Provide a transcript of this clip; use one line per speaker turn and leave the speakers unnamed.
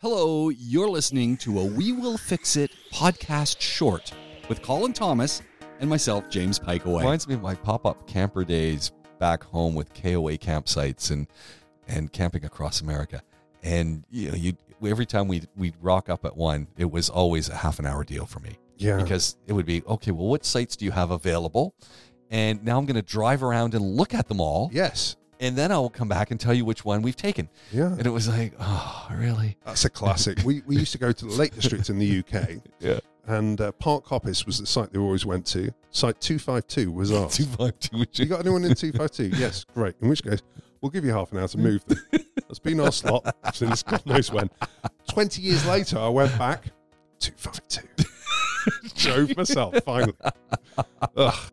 Hello, you're listening to a We Will Fix It podcast short with Colin Thomas and myself, James Pikeaway.
Reminds me of my pop-up camper days back home with KOA campsites and and camping across America. And you know, you every time we we'd rock up at one, it was always a half an hour deal for me
Yeah.
because it would be okay. Well, what sites do you have available? And now I'm going to drive around and look at them all,
yes.
and then I will come back and tell you which one we've taken.
Yeah.
And it was like, oh, really?
That's a classic. we, we used to go to the Lake District in the UK.
Yeah.
And uh, Park Hoppus was the site they always went to. Site 252 was ours.
Two five two. which
you got anyone in 252? Yes, great. In which case, we'll give you half an hour to move them. That's been our slot since God knows when. 20 years later, I went back. 252. Drove myself, finally. Ugh,